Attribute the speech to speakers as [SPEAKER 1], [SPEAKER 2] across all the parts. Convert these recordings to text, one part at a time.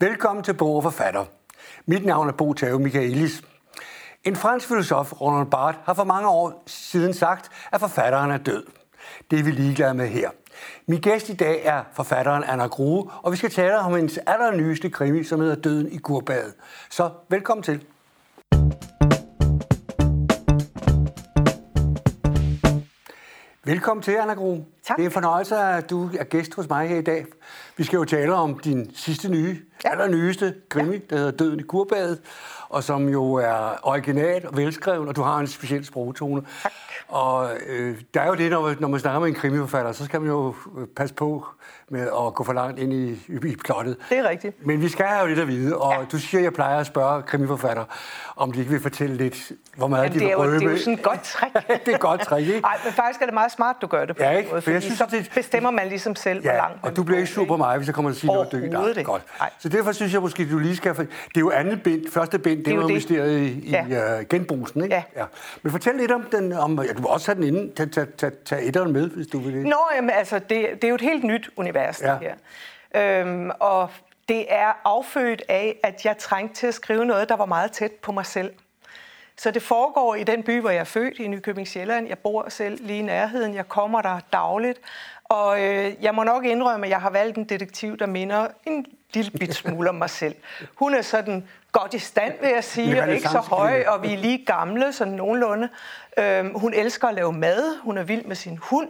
[SPEAKER 1] Velkommen til Bog og Forfatter. Mit navn er Bo Tave Michaelis. En fransk filosof, Roland Barthes, har for mange år siden sagt, at forfatteren er død. Det er vi ligeglade med her. Min gæst i dag er forfatteren Anna Grue, og vi skal tale om hendes allernyeste krimi, som hedder Døden i Kurbadet. Så velkommen til. Velkommen til, Anna Gro.
[SPEAKER 2] Tak.
[SPEAKER 1] Det er en fornøjelse, at du er gæst hos mig her i dag. Vi skal jo tale om din sidste nye, ja. allernyeste krimi, ja. der hedder Døden i Kurbadet, og som jo er original og velskreven, og du har en speciel sprogtone. Tak. Og øh, der er jo det, når, når man snakker med en krimiforfatter, så skal man jo øh, passe på med at gå for langt ind i, i, i plottet.
[SPEAKER 2] Det er rigtigt.
[SPEAKER 1] Men vi skal have jo lidt at vide, og ja.
[SPEAKER 2] Ja.
[SPEAKER 1] du siger, at jeg plejer at spørge krimiforfatter, om de ikke vil fortælle lidt, hvor meget
[SPEAKER 2] Jamen,
[SPEAKER 1] de
[SPEAKER 2] det,
[SPEAKER 1] vil
[SPEAKER 2] er jo,
[SPEAKER 1] røbe.
[SPEAKER 2] det er jo sådan et godt trick.
[SPEAKER 1] det er et godt trick, ikke?
[SPEAKER 2] Nej, men faktisk er det meget smart, du gør det på
[SPEAKER 1] Ja,
[SPEAKER 2] den
[SPEAKER 1] ikke?
[SPEAKER 2] måde,
[SPEAKER 1] For jeg
[SPEAKER 2] fordi
[SPEAKER 1] synes
[SPEAKER 2] så
[SPEAKER 1] faktisk-
[SPEAKER 2] bestemmer man ligesom selv, hvor
[SPEAKER 1] Ja,
[SPEAKER 2] langt man
[SPEAKER 1] og du bliver
[SPEAKER 2] går,
[SPEAKER 1] ikke sur på mig, hvis jeg kommer til at sige noget dygtigt.
[SPEAKER 2] Overhovedet ikke.
[SPEAKER 1] Godt.
[SPEAKER 2] Nej.
[SPEAKER 1] Så derfor synes jeg måske, at du lige skal... Det er jo andet bind, første bind, det,
[SPEAKER 2] er
[SPEAKER 1] det
[SPEAKER 2] jo
[SPEAKER 1] var jo
[SPEAKER 2] det.
[SPEAKER 1] mysteriet i, ja. i uh, genbrugsen, ikke?
[SPEAKER 2] Ja.
[SPEAKER 1] Men fortæl lidt om den... Om, ja, du må også have den inden. Tag, tag, tag, tag etteren med, hvis du vil det.
[SPEAKER 2] Nå, jamen, altså, det, det er jo et helt nyt univers,
[SPEAKER 1] Ja.
[SPEAKER 2] ja. det her. Øhm, og det er affødt af, at jeg trængte til at skrive noget, der var meget tæt på mig selv. Så det foregår i den by, hvor jeg er født, i Nykøbing Sjælland. Jeg bor selv lige i nærheden. Jeg kommer der dagligt. Og øh, jeg må nok indrømme, at jeg har valgt en detektiv, der minder en lille bit smule om mig selv. Hun er sådan godt i stand, vil jeg sige, og ikke så høj, Øh, og vi er lige gamle, sådan nogenlunde. Øhm, hun elsker at lave mad. Hun er vild med sin hund.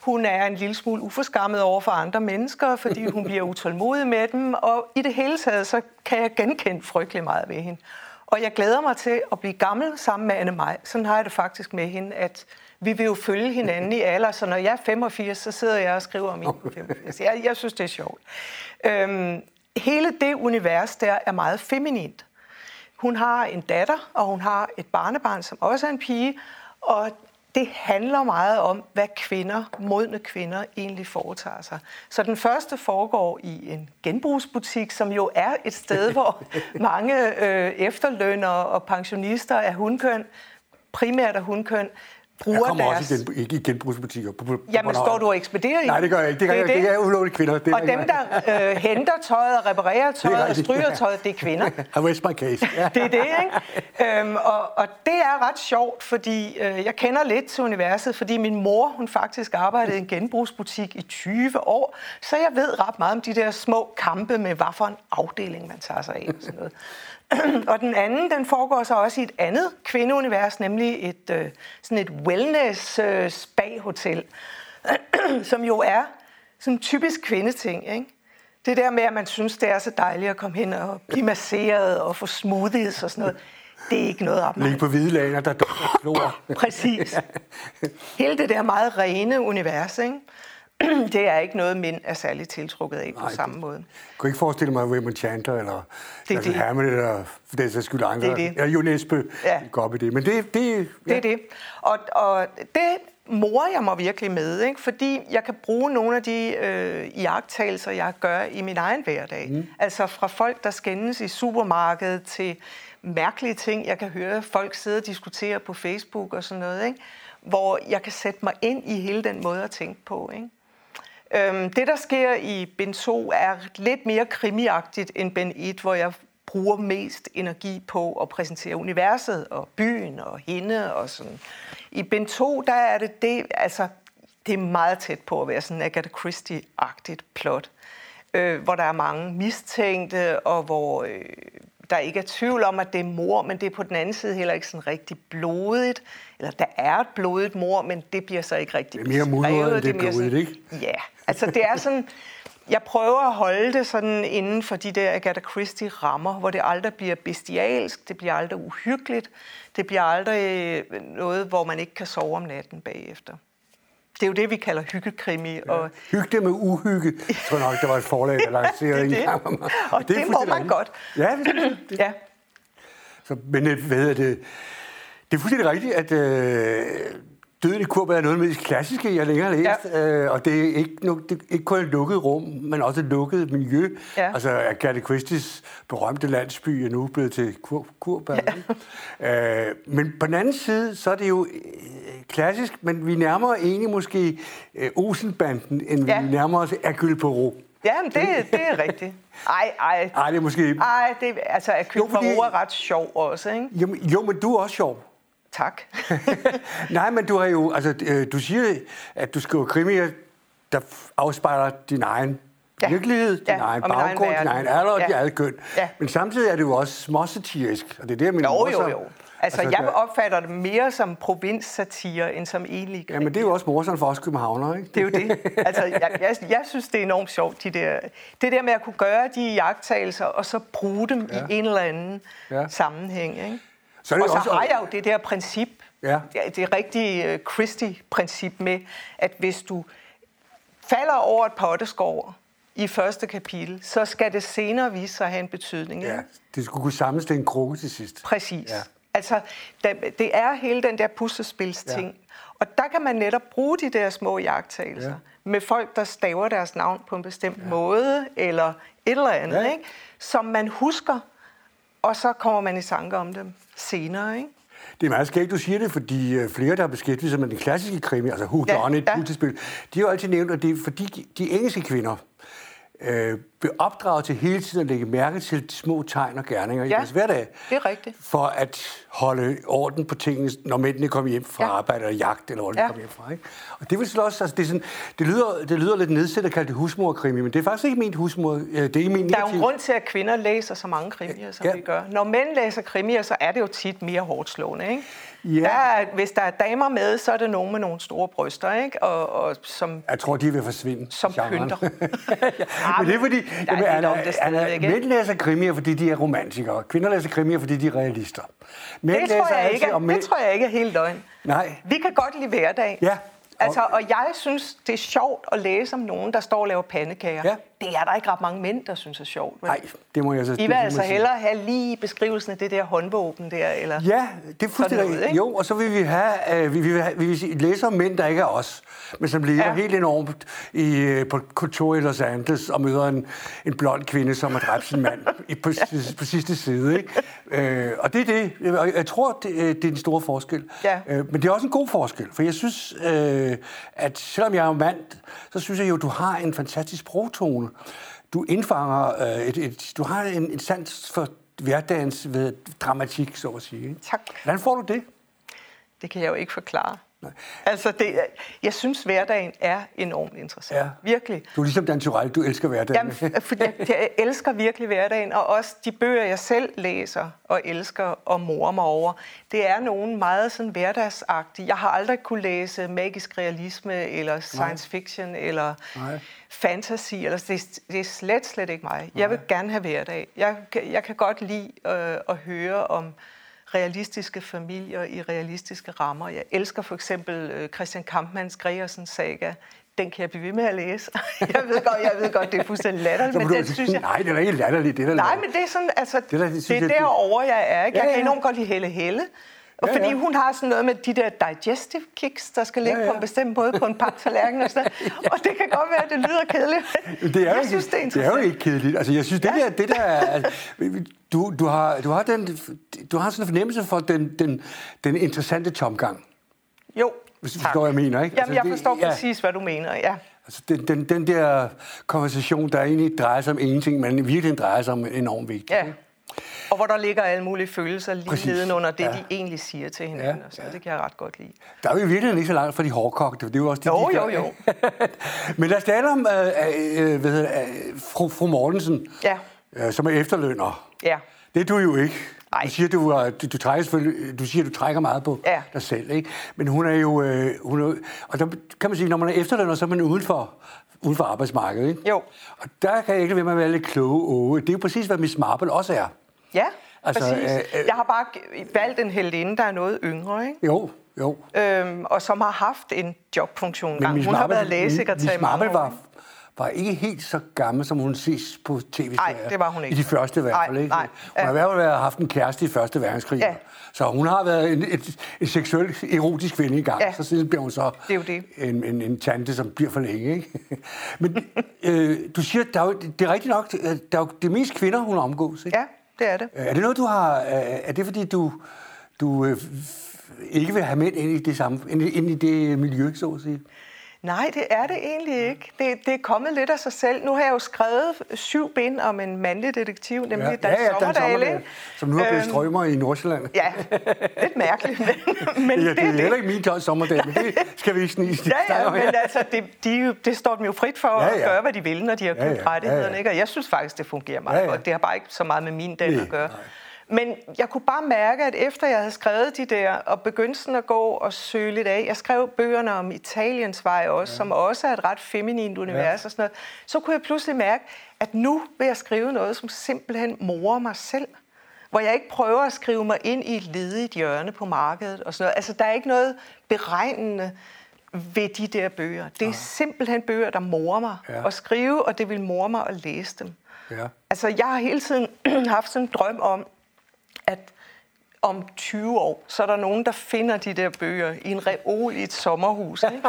[SPEAKER 2] Hun er en lille smule uforskammet over for andre mennesker, fordi hun bliver utålmodig med dem. Og i det hele taget, så kan jeg genkende frygtelig meget ved hende. Og jeg glæder mig til at blive gammel sammen med Anne Maj. Sådan har jeg det faktisk med hende, at vi vil jo følge hinanden i alder, så når jeg er 85, så sidder jeg og skriver om hende på 85. Jeg, jeg synes, det er sjovt. Øhm, hele det univers der er meget feminint. Hun har en datter, og hun har et barnebarn, som også er en pige, og det handler meget om, hvad kvinder, modne kvinder, egentlig foretager sig. Så den første foregår i en genbrugsbutik, som jo er et sted, hvor mange øh, efterlønnere og pensionister af hundkøn, primært af hundkøn, bruger
[SPEAKER 1] Jeg kommer
[SPEAKER 2] deres...
[SPEAKER 1] også i, genbrug, ikke i genbrugsbutikker. På, på, på
[SPEAKER 2] Jamen,
[SPEAKER 1] Bornholm.
[SPEAKER 2] står du og ekspederer i?
[SPEAKER 1] Nej, det gør jeg ikke. Det, gør
[SPEAKER 2] er
[SPEAKER 1] jeg, det. det er ulovligt kvinder. Det er
[SPEAKER 2] og dem,
[SPEAKER 1] ikke mig.
[SPEAKER 2] der øh, henter tøjet og reparerer
[SPEAKER 1] Det er
[SPEAKER 2] tøjet og
[SPEAKER 1] rigtigt.
[SPEAKER 2] stryger tøjet, det er kvinder
[SPEAKER 1] I rest my case. Ja.
[SPEAKER 2] det er det, ikke? Øhm, og, og det er ret sjovt, fordi øh, jeg kender lidt til universet, fordi min mor, hun faktisk arbejdede i en genbrugsbutik i 20 år, så jeg ved ret meget om de der små kampe med, hvad for en afdeling man tager sig af og sådan noget. og den anden, den foregår så også i et andet kvindeunivers, nemlig et, øh, sådan et øh, wellness-spa-hotel, som jo er sådan en typisk kvindeting, ikke? Det der med, at man synes, det er så dejligt at komme hen og blive masseret og få smoothies og sådan noget, det er ikke noget op.
[SPEAKER 1] Ligge på hvide laner, der dufter af klor.
[SPEAKER 2] Præcis. Hele det der meget rene univers, ikke? det er ikke noget, mænd er særligt tiltrukket af på
[SPEAKER 1] Nej, det-
[SPEAKER 2] samme måde.
[SPEAKER 1] Jeg kunne ikke forestille mig Raymond Chandler, eller
[SPEAKER 2] Det er
[SPEAKER 1] David
[SPEAKER 2] det.
[SPEAKER 1] Hammett, eller for den sags skyld andre.
[SPEAKER 2] Det er det.
[SPEAKER 1] Eller Jon Esbø.
[SPEAKER 2] Ja.
[SPEAKER 1] Går op i det. Men det, det,
[SPEAKER 2] Det er det. Og, og det morer jeg mig virkelig med, ikke? fordi jeg kan bruge nogle af de øh, iagttagelser, jeg gør i min egen hverdag. Mm. Altså fra folk, der skændes i supermarkedet, til mærkelige ting, jeg kan høre folk sidde og diskutere på Facebook og sådan noget, ikke? hvor jeg kan sætte mig ind i hele den måde at tænke på. Ikke? Øhm, det, der sker i Ben 2, er lidt mere krimiagtigt end Ben 1, hvor jeg bruger mest energi på at præsentere universet og byen og hende og sådan. I Ben 2, der er det, det, altså, det er meget tæt på at være sådan Agatha Christie-agtigt plot, øh, hvor der er mange mistænkte, og hvor øh, der ikke er tvivl om, at det er mor, men det er på den anden side heller ikke sådan rigtig blodigt. Eller der er et blodigt mor, men det bliver så ikke rigtig
[SPEAKER 1] Det er mere mudret,
[SPEAKER 2] beskrevet,
[SPEAKER 1] end det er
[SPEAKER 2] mere sådan-
[SPEAKER 1] blodigt, ikke?
[SPEAKER 2] Ja, altså det er sådan, jeg prøver at holde det sådan inden for de der Agatha Christie rammer, hvor det aldrig bliver bestialsk, det bliver aldrig uhyggeligt, det bliver aldrig øh, noget, hvor man ikke kan sove om natten bagefter. Det er jo det, vi kalder hyggekrimi, og
[SPEAKER 1] Hyg det med uhygge, Jeg tror nok, der var et forlag, der lancerede
[SPEAKER 2] det er
[SPEAKER 1] en
[SPEAKER 2] det.
[SPEAKER 1] gang om mig.
[SPEAKER 2] Og
[SPEAKER 1] er
[SPEAKER 2] det må
[SPEAKER 1] fuldstændig
[SPEAKER 2] man
[SPEAKER 1] rigtigt.
[SPEAKER 2] godt.
[SPEAKER 1] Ja, det- det,
[SPEAKER 2] ja,
[SPEAKER 1] så, men øh, hvad hedder det? Det er fuldstændig rigtigt, at øh, Døden i Kurba er noget af det mest klassiske, jeg længere har læst. Ja. Øh, og det er ikke, nu, det, er ikke kun et lukket rum, men også et lukket miljø.
[SPEAKER 2] Ja.
[SPEAKER 1] Altså Agatha Christie's berømte landsby er nu blevet til Kur, Kurba. Ja. Øh, men på den anden side, så er det jo øh, klassisk, men vi nærmer egentlig måske øh, Olsenbanden, end vi
[SPEAKER 2] Ja.
[SPEAKER 1] nærmer os Hercule Poirot.
[SPEAKER 2] Jamen, det, det er rigtigt. Ej, ej.
[SPEAKER 1] Nej, det er måske...
[SPEAKER 2] Ej, det, altså, at
[SPEAKER 1] Jo,
[SPEAKER 2] købe
[SPEAKER 1] fordi-
[SPEAKER 2] er ret sjov også, ikke?
[SPEAKER 1] Jamen, jo, men du er også sjov.
[SPEAKER 2] Tak.
[SPEAKER 1] Nej, men du har jo... Altså, øh, du siger, at du skriver krimier, der afspejler din egen
[SPEAKER 2] Ja.
[SPEAKER 1] virkelighed, din
[SPEAKER 2] Ja,
[SPEAKER 1] egen
[SPEAKER 2] og min egen
[SPEAKER 1] baggrund, din
[SPEAKER 2] verden.
[SPEAKER 1] egen alder og
[SPEAKER 2] Ja.
[SPEAKER 1] dit eget køn.
[SPEAKER 2] Ja.
[SPEAKER 1] Men samtidig er det jo også småsatirisk, og det er det, jeg mener.
[SPEAKER 2] jo, jo,
[SPEAKER 1] morsomt.
[SPEAKER 2] jo. Altså, jeg
[SPEAKER 1] der-
[SPEAKER 2] opfatter det mere som provinssatire, end som egentlig
[SPEAKER 1] Jamen, det er jo også morsomt for os københavnere, ikke?
[SPEAKER 2] Det er jo det. Altså, jeg, jeg, jeg synes, det er enormt sjovt, de der, det der med at kunne gøre de jagttagelser, og så bruge dem ja.
[SPEAKER 1] Ja.
[SPEAKER 2] i en eller anden
[SPEAKER 1] Ja.
[SPEAKER 2] ja. sammenhæng. Ikke?
[SPEAKER 1] Så er det
[SPEAKER 2] Og så
[SPEAKER 1] også-
[SPEAKER 2] har jeg jo det der princip,
[SPEAKER 1] Ja.
[SPEAKER 2] det rigtige øh, Christie-princip med, at hvis du falder over et potteskår i første kapitel, så skal det senere vise sig at have en betydning. ikke?
[SPEAKER 1] Ja, det skulle kunne samles til en krukke til sidst.
[SPEAKER 2] Præcis.
[SPEAKER 1] Ja.
[SPEAKER 2] Ja. Altså, der, det er hele den der puslespilsting.
[SPEAKER 1] Ja.
[SPEAKER 2] Ja. Og der kan man netop bruge de der små jagttagelser
[SPEAKER 1] Ja.
[SPEAKER 2] ja. med folk, der staver deres navn på en bestemt ja. måde, eller et eller andet,
[SPEAKER 1] Ja.
[SPEAKER 2] ja. ikke? som man husker, og så kommer man i tanke om dem senere. Ikke?
[SPEAKER 1] Det er meget skægt, du siger det, fordi øh, flere, der har beskæftiget sig med den klassiske krimi, altså Who
[SPEAKER 2] Ja,
[SPEAKER 1] Done It,
[SPEAKER 2] ja.
[SPEAKER 1] ja. de har jo altid nævnt, at det er fordi de engelske kvinder øh, blev opdraget til hele tiden at lægge mærke til de små tegn og gerninger ja. i
[SPEAKER 2] Ja,
[SPEAKER 1] deres hverdag.
[SPEAKER 2] det er rigtigt.
[SPEAKER 1] For at holde orden på tingene, når mændene kom hjem fra ja.
[SPEAKER 2] Ja.
[SPEAKER 1] arbejde eller jagt, eller hvor de ja.
[SPEAKER 2] Ja.
[SPEAKER 1] kom hjem fra. Ikke? Og det vil så også, altså, det, er sådan, det, lyder, det lyder lidt nedsættet at kalde det husmorkrimi, men det er faktisk ikke min husmor, øh, det er ikke min
[SPEAKER 2] Der er jo en grund til, at kvinder læser så mange krimier, som
[SPEAKER 1] Ja.
[SPEAKER 2] ja. vi gør. Når mænd læser krimier, så er det jo tit mere hårdt slående. Ikke?
[SPEAKER 1] Ja.
[SPEAKER 2] Der er, hvis der er damer med, så er det nogen med nogle store bryster, ikke? Og, og som
[SPEAKER 1] Jeg tror, de vil forsvinde.
[SPEAKER 2] Som
[SPEAKER 1] genren.
[SPEAKER 2] pynter.
[SPEAKER 1] ja, men det er fordi,
[SPEAKER 2] der er
[SPEAKER 1] jamen,
[SPEAKER 2] lidt
[SPEAKER 1] Anna,
[SPEAKER 2] om det
[SPEAKER 1] Anna,
[SPEAKER 2] stadigvæk, ikke?
[SPEAKER 1] mænd læser krimier, fordi de er romantikere. Kvinder læser krimier, fordi de er realister. Mænd
[SPEAKER 2] Det tror, jeg
[SPEAKER 1] altid
[SPEAKER 2] ikke, er-
[SPEAKER 1] altså om mænd-
[SPEAKER 2] det tror jeg ikke er helt løgn.
[SPEAKER 1] Nej.
[SPEAKER 2] Vi kan godt lide hverdag.
[SPEAKER 1] Ja.
[SPEAKER 2] Altså, og jeg synes, det er sjovt at læse om nogen, der står og laver pandekager.
[SPEAKER 1] Ja.
[SPEAKER 2] Det er der ikke ret mange mænd, der synes er sjovt. vel?
[SPEAKER 1] Nej, det må jeg så... det
[SPEAKER 2] I
[SPEAKER 1] må
[SPEAKER 2] vil
[SPEAKER 1] jeg
[SPEAKER 2] altså
[SPEAKER 1] sige.
[SPEAKER 2] hellere have lige beskrivelsen af det der håndvåben der, eller...
[SPEAKER 1] Ja, det er fuldstændig
[SPEAKER 2] Sådan noget,
[SPEAKER 1] rigtigt.
[SPEAKER 2] ikke?
[SPEAKER 1] Jo, og så vil vi have, øh, vi, vi, vil have, vi vil sige- læse om mænd, der ikke er os, men som lever ja.
[SPEAKER 2] Ja.
[SPEAKER 1] helt enormt i, øh, på et kontor i Los Angeles og møder en, en blond kvinde, som har dræbt sin mand i, på, på sidste side. Ikke? Øh, og det er det. Og jeg tror, det, øh, det er en stor forskel.
[SPEAKER 2] Ja.
[SPEAKER 1] Øh, men det er også en god forskel, for jeg synes, øh, at selvom jeg er mand, så synes jeg jo, du har en fantastisk sprogtone. Du indfanger øh, et, et, du har en, en sans for hverdagens ved, dramatik, så at sige. Ikke?
[SPEAKER 2] Tak.
[SPEAKER 1] Hvordan får du det?
[SPEAKER 2] Det kan jeg jo ikke forklare. Altså, det, er- jeg synes, hverdagen er enormt interessant.
[SPEAKER 1] Ja.
[SPEAKER 2] Virkelig.
[SPEAKER 1] Du er ligesom Dan Tyrell, du elsker hverdagen.
[SPEAKER 2] Jamen, f- for jeg, jeg elsker virkelig hverdagen, og også de bøger, jeg selv læser og elsker og morer mig over, det er nogen meget sådan hverdagsagtige. Jeg har aldrig kunne læse magisk realisme, eller science fiction, eller
[SPEAKER 1] Nej.
[SPEAKER 2] fantasy. Eller, det, er- det er slet, slet ikke mig. Jeg vil gerne have hverdag. Jeg, kan- jeg kan godt lide øh, at høre om realistiske familier i realistiske rammer. Jeg elsker for eksempel øh, Christian Kampmanns Gregersen saga. Den kan jeg blive ved med at læse. Jeg ved godt, jeg ved godt det er fuldstændig
[SPEAKER 1] Så
[SPEAKER 2] latterligt,
[SPEAKER 1] må du
[SPEAKER 2] men den
[SPEAKER 1] altså-
[SPEAKER 2] synes jeg...
[SPEAKER 1] Nej, det er da ikke latterligt, det der
[SPEAKER 2] Nej, men det er sådan, altså,
[SPEAKER 1] er
[SPEAKER 2] det
[SPEAKER 1] da-
[SPEAKER 2] er,
[SPEAKER 1] det synes
[SPEAKER 2] det er
[SPEAKER 1] jeg, det-
[SPEAKER 2] derovre, jeg er. Ikke? Jeg
[SPEAKER 1] Ja, ja.
[SPEAKER 2] ja, kan enormt godt lide Helle Helle. Og
[SPEAKER 1] Ja,
[SPEAKER 2] fordi
[SPEAKER 1] ja.
[SPEAKER 2] hun har sådan noget med de der digestive kicks, der skal ligge
[SPEAKER 1] Ja,
[SPEAKER 2] ja,
[SPEAKER 1] ja.
[SPEAKER 2] ja. på en bestemt måde på en paktallerken og sådan noget. Og det kan godt være, at det lyder kedeligt.
[SPEAKER 1] Men det er jo,
[SPEAKER 2] jeg synes, det er
[SPEAKER 1] det er jo
[SPEAKER 2] interessant.
[SPEAKER 1] ikke kedeligt. Altså, jeg synes, det der, det der er- altså, du, du, har, du, har den, du har sådan en fornemmelse for den, den, den interessante tomgang.
[SPEAKER 2] Jo,
[SPEAKER 1] Hvis du
[SPEAKER 2] tak.
[SPEAKER 1] forstår, hvad jeg mener, ikke?
[SPEAKER 2] Jamen,
[SPEAKER 1] Altså,
[SPEAKER 2] jeg
[SPEAKER 1] det-
[SPEAKER 2] forstår
[SPEAKER 1] ja.
[SPEAKER 2] præcis, hvad du mener, ja.
[SPEAKER 1] Altså, den, den, den der konversation, der egentlig drejer sig om ingenting, men virkelig drejer sig om enormt vigtigt.
[SPEAKER 2] ja. Og hvor der ligger alle mulige følelser lige
[SPEAKER 1] Præcis,
[SPEAKER 2] nedenunder det,
[SPEAKER 1] ja.
[SPEAKER 2] ja. de egentlig siger til hinanden.
[SPEAKER 1] Ja,
[SPEAKER 2] Ja, og sådan. noget. Det kan jeg ret godt lide.
[SPEAKER 1] Der er jo virkelig ikke så langt fra de hårdkogte, for det er jo også de,
[SPEAKER 2] Jo,
[SPEAKER 1] de
[SPEAKER 2] jo, jo.
[SPEAKER 1] Men lad os tale om øh, øh, øh, hvad hedder, øh, fru, fru Mortensen,
[SPEAKER 2] Ja.
[SPEAKER 1] øh, som er efterlønner.
[SPEAKER 2] Ja.
[SPEAKER 1] Det er du jo ikke.
[SPEAKER 2] Nej.
[SPEAKER 1] Du siger, du, er- du, du, trækker, selvfølgelig- du siger, du trækker meget på
[SPEAKER 2] Ja.
[SPEAKER 1] dig selv. Ikke? Men hun er jo... Øh, hun er, og der kan man sige, når man er efterlønner, så er man uden for, uden for arbejdsmarkedet. Ikke?
[SPEAKER 2] Jo.
[SPEAKER 1] Og der kan jeg ikke lade være med at være lidt kloge åge. Det er jo præcis, hvad Miss Marple også er.
[SPEAKER 2] Ja,
[SPEAKER 1] Altså,
[SPEAKER 2] altså, præcis.
[SPEAKER 1] øh, øh.
[SPEAKER 2] Jeg har bare g- valgt en heldinde, der er noget yngre, ikke?
[SPEAKER 1] Jo, jo.
[SPEAKER 2] Øhm, og som har haft en jobfunktion engang. Hun
[SPEAKER 1] Miss
[SPEAKER 2] har
[SPEAKER 1] Marple-
[SPEAKER 2] været lægesekretær i
[SPEAKER 1] Miss Marple
[SPEAKER 2] mange år.
[SPEAKER 1] var, var ikke helt så gammel, som hun ses på tv
[SPEAKER 2] Nej, det var hun ikke.
[SPEAKER 1] I de første i hvert
[SPEAKER 2] Nej,
[SPEAKER 1] fald, ikke?
[SPEAKER 2] nej.
[SPEAKER 1] Hun har
[SPEAKER 2] Ja.
[SPEAKER 1] i hvert fald været- haft en kæreste i første verdenskrig.
[SPEAKER 2] Ja.
[SPEAKER 1] Så hun har været en, et, en seksuel, erotisk kvinde engang.
[SPEAKER 2] Ja.
[SPEAKER 1] Så siden bliver hun så
[SPEAKER 2] Det er jo det.
[SPEAKER 1] En, en, en tante, som bliver for længe. Ikke? Men øh, du siger, der er jo, det er rigtigt nok, øh, der er jo det er mest kvinder, hun omgås. Ikke?
[SPEAKER 2] Ja, det er det.
[SPEAKER 1] Er det noget, du har... øh, Er det fordi, du, du øh, f- ikke vil have mænd ind i det, samme, ind, i- ind i det miljø, så at sige?
[SPEAKER 2] Nej, det er det egentlig ikke. Det, det er kommet lidt af sig selv. Nu har jeg jo skrevet syv bind om en mandlig detektiv, nemlig ja, Dan ja, ja, Sommerdal. ikke? Øhm,
[SPEAKER 1] som nu er blevet strømmer i Nordsjælland.
[SPEAKER 2] Ja, lidt mærkeligt, men, men
[SPEAKER 1] Ja,
[SPEAKER 2] det,
[SPEAKER 1] det er
[SPEAKER 2] det,
[SPEAKER 1] heller ikke min tøj sommerdag, men det skal vi ikke snige.
[SPEAKER 2] Ja, ja, men altså, det, de, er jo- det står dem jo frit for
[SPEAKER 1] Ja,
[SPEAKER 2] ja, ja.
[SPEAKER 1] ja.
[SPEAKER 2] at gøre, hvad de vil, når de har købt ja, ja. rettighederne. Ikke? Og jeg synes faktisk, det fungerer meget ja,
[SPEAKER 1] Ja,
[SPEAKER 2] ja.
[SPEAKER 1] ja.
[SPEAKER 2] godt. Det har bare ikke så meget med min dag
[SPEAKER 1] Nej,
[SPEAKER 2] at gøre.
[SPEAKER 1] nej.
[SPEAKER 2] Men jeg kunne bare mærke, at efter jeg havde skrevet de der, og begyndte sådan at gå og søge lidt af, jeg skrev bøgerne om Italiens vej også, ja. som også er et ret feminint univers ja. og sådan noget, så kunne jeg pludselig mærke, at nu vil jeg skrive noget, som simpelthen morer mig selv. Hvor jeg ikke prøver at skrive mig ind i et ledigt hjørne på markedet og sådan noget. Altså, der er ikke noget beregnende ved de der bøger. Det er simpelthen bøger, der morer mig
[SPEAKER 1] Ja.
[SPEAKER 2] at skrive, og det vil more mig at læse dem.
[SPEAKER 1] Ja.
[SPEAKER 2] Altså, jeg har hele tiden haft sådan en drøm om, at om 20 år, så er der nogen, der finder de der bøger i en reol i et sommerhus. Ikke?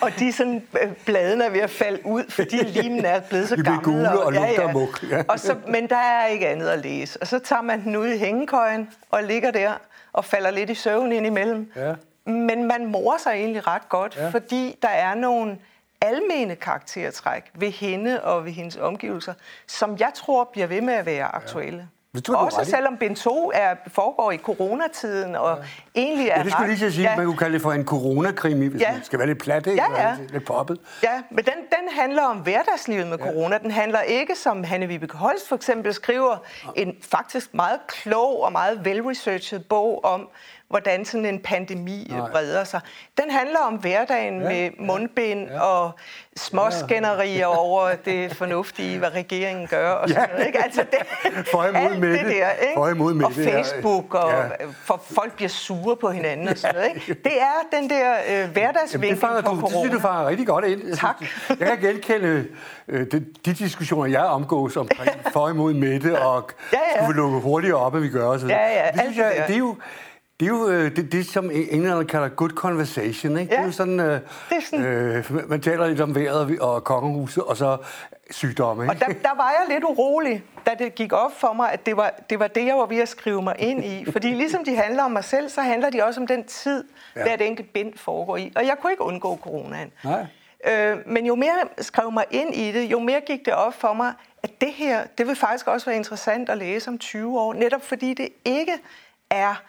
[SPEAKER 2] og de er sådan, øh, bladene er ved at falde ud, fordi limen er blevet så
[SPEAKER 1] De bliver
[SPEAKER 2] gammel.
[SPEAKER 1] gule og lugter af muk, ja.
[SPEAKER 2] og så, men der er ikke andet at læse. Og så tager man den ud i hængekøjen og ligger der og falder lidt i søvn indimellem.
[SPEAKER 1] Ja.
[SPEAKER 2] Men man morer sig egentlig ret godt, ja.
[SPEAKER 1] Ja.
[SPEAKER 2] fordi der er nogle almene karaktertræk ved hende og ved hendes omgivelser, som jeg tror bliver ved med at være aktuelle.
[SPEAKER 1] Det tror jeg, du har
[SPEAKER 2] Også
[SPEAKER 1] ret i.
[SPEAKER 2] selvom bind 2 er, foregår i coronatiden, og ja. egentlig er
[SPEAKER 1] Ja, det skulle jeg lige til at sige.
[SPEAKER 2] ret-
[SPEAKER 1] Man kunne kalde det for en coronakrimi, hvis
[SPEAKER 2] Ja.
[SPEAKER 1] ja. man skal være lidt plat, ikke?
[SPEAKER 2] Ja, ja.
[SPEAKER 1] Og Lidt poppet.
[SPEAKER 2] Ja, men den, den handler om hverdagslivet med corona. Den handler ikke, som Hanne Vibeke Holst for eksempel skriver, en faktisk meget klog og meget velresearchet bog om, hvordan sådan en pandemi øh,
[SPEAKER 1] Nej.
[SPEAKER 2] breder sig. Den handler om hverdagen
[SPEAKER 1] Ja,
[SPEAKER 2] ja, med
[SPEAKER 1] ja,
[SPEAKER 2] mundbind ja. og småskænderier over det fornuftige, hvad regeringen gør og sådan
[SPEAKER 1] Ja.
[SPEAKER 2] noget. Ikke? Altså det,
[SPEAKER 1] For og imod
[SPEAKER 2] alt
[SPEAKER 1] med
[SPEAKER 2] det
[SPEAKER 1] det.
[SPEAKER 2] der, ikke?
[SPEAKER 1] For og imod med
[SPEAKER 2] og
[SPEAKER 1] det, ja.
[SPEAKER 2] Facebook, og
[SPEAKER 1] Ja.
[SPEAKER 2] øh, for folk bliver sure på hinanden og sådan noget. Ikke? Det er den der øh,
[SPEAKER 1] Jamen, det,
[SPEAKER 2] hverdagsvinkel
[SPEAKER 1] fanger,
[SPEAKER 2] på
[SPEAKER 1] du, det synes
[SPEAKER 2] corona.
[SPEAKER 1] jeg, du fanger rigtig godt ind. Jeg synes,
[SPEAKER 2] Tak.
[SPEAKER 1] Jeg kan genkende øh, de, de diskussioner, jeg omgås omkring for og imod Mette, og
[SPEAKER 2] Ja,
[SPEAKER 1] ja,
[SPEAKER 2] ja.
[SPEAKER 1] ja. skulle vi lukke hurtigere op, end vi gør osv.
[SPEAKER 2] Ja, ja,
[SPEAKER 1] Det,
[SPEAKER 2] alt
[SPEAKER 1] synes
[SPEAKER 2] det
[SPEAKER 1] jeg,
[SPEAKER 2] der.
[SPEAKER 1] det er jo, det, er jo øh, det, det som englænderne kalder good conversation. Ikke?
[SPEAKER 2] Ja.
[SPEAKER 1] Det er jo sådan, øh,
[SPEAKER 2] Det er sådan-
[SPEAKER 1] Øh, man taler lidt om vejret og kongehuset, og så sygdomme. Ikke?
[SPEAKER 2] Og der, der var jeg lidt urolig, da det gik op for mig, at det var, det var det, jeg var ved at skrive mig ind i. Fordi ligesom de handler om mig selv, så handler de også om den tid, ja.
[SPEAKER 1] Ja.
[SPEAKER 2] hvert enkelt bind foregår i. Og jeg kunne ikke undgå coronaen.
[SPEAKER 1] Nej.
[SPEAKER 2] Øh, men jo mere jeg skrev mig ind i det, jo mere gik det op for mig, at det her, det vil faktisk også være interessant at læse om 20 år. Netop fordi det ikke er...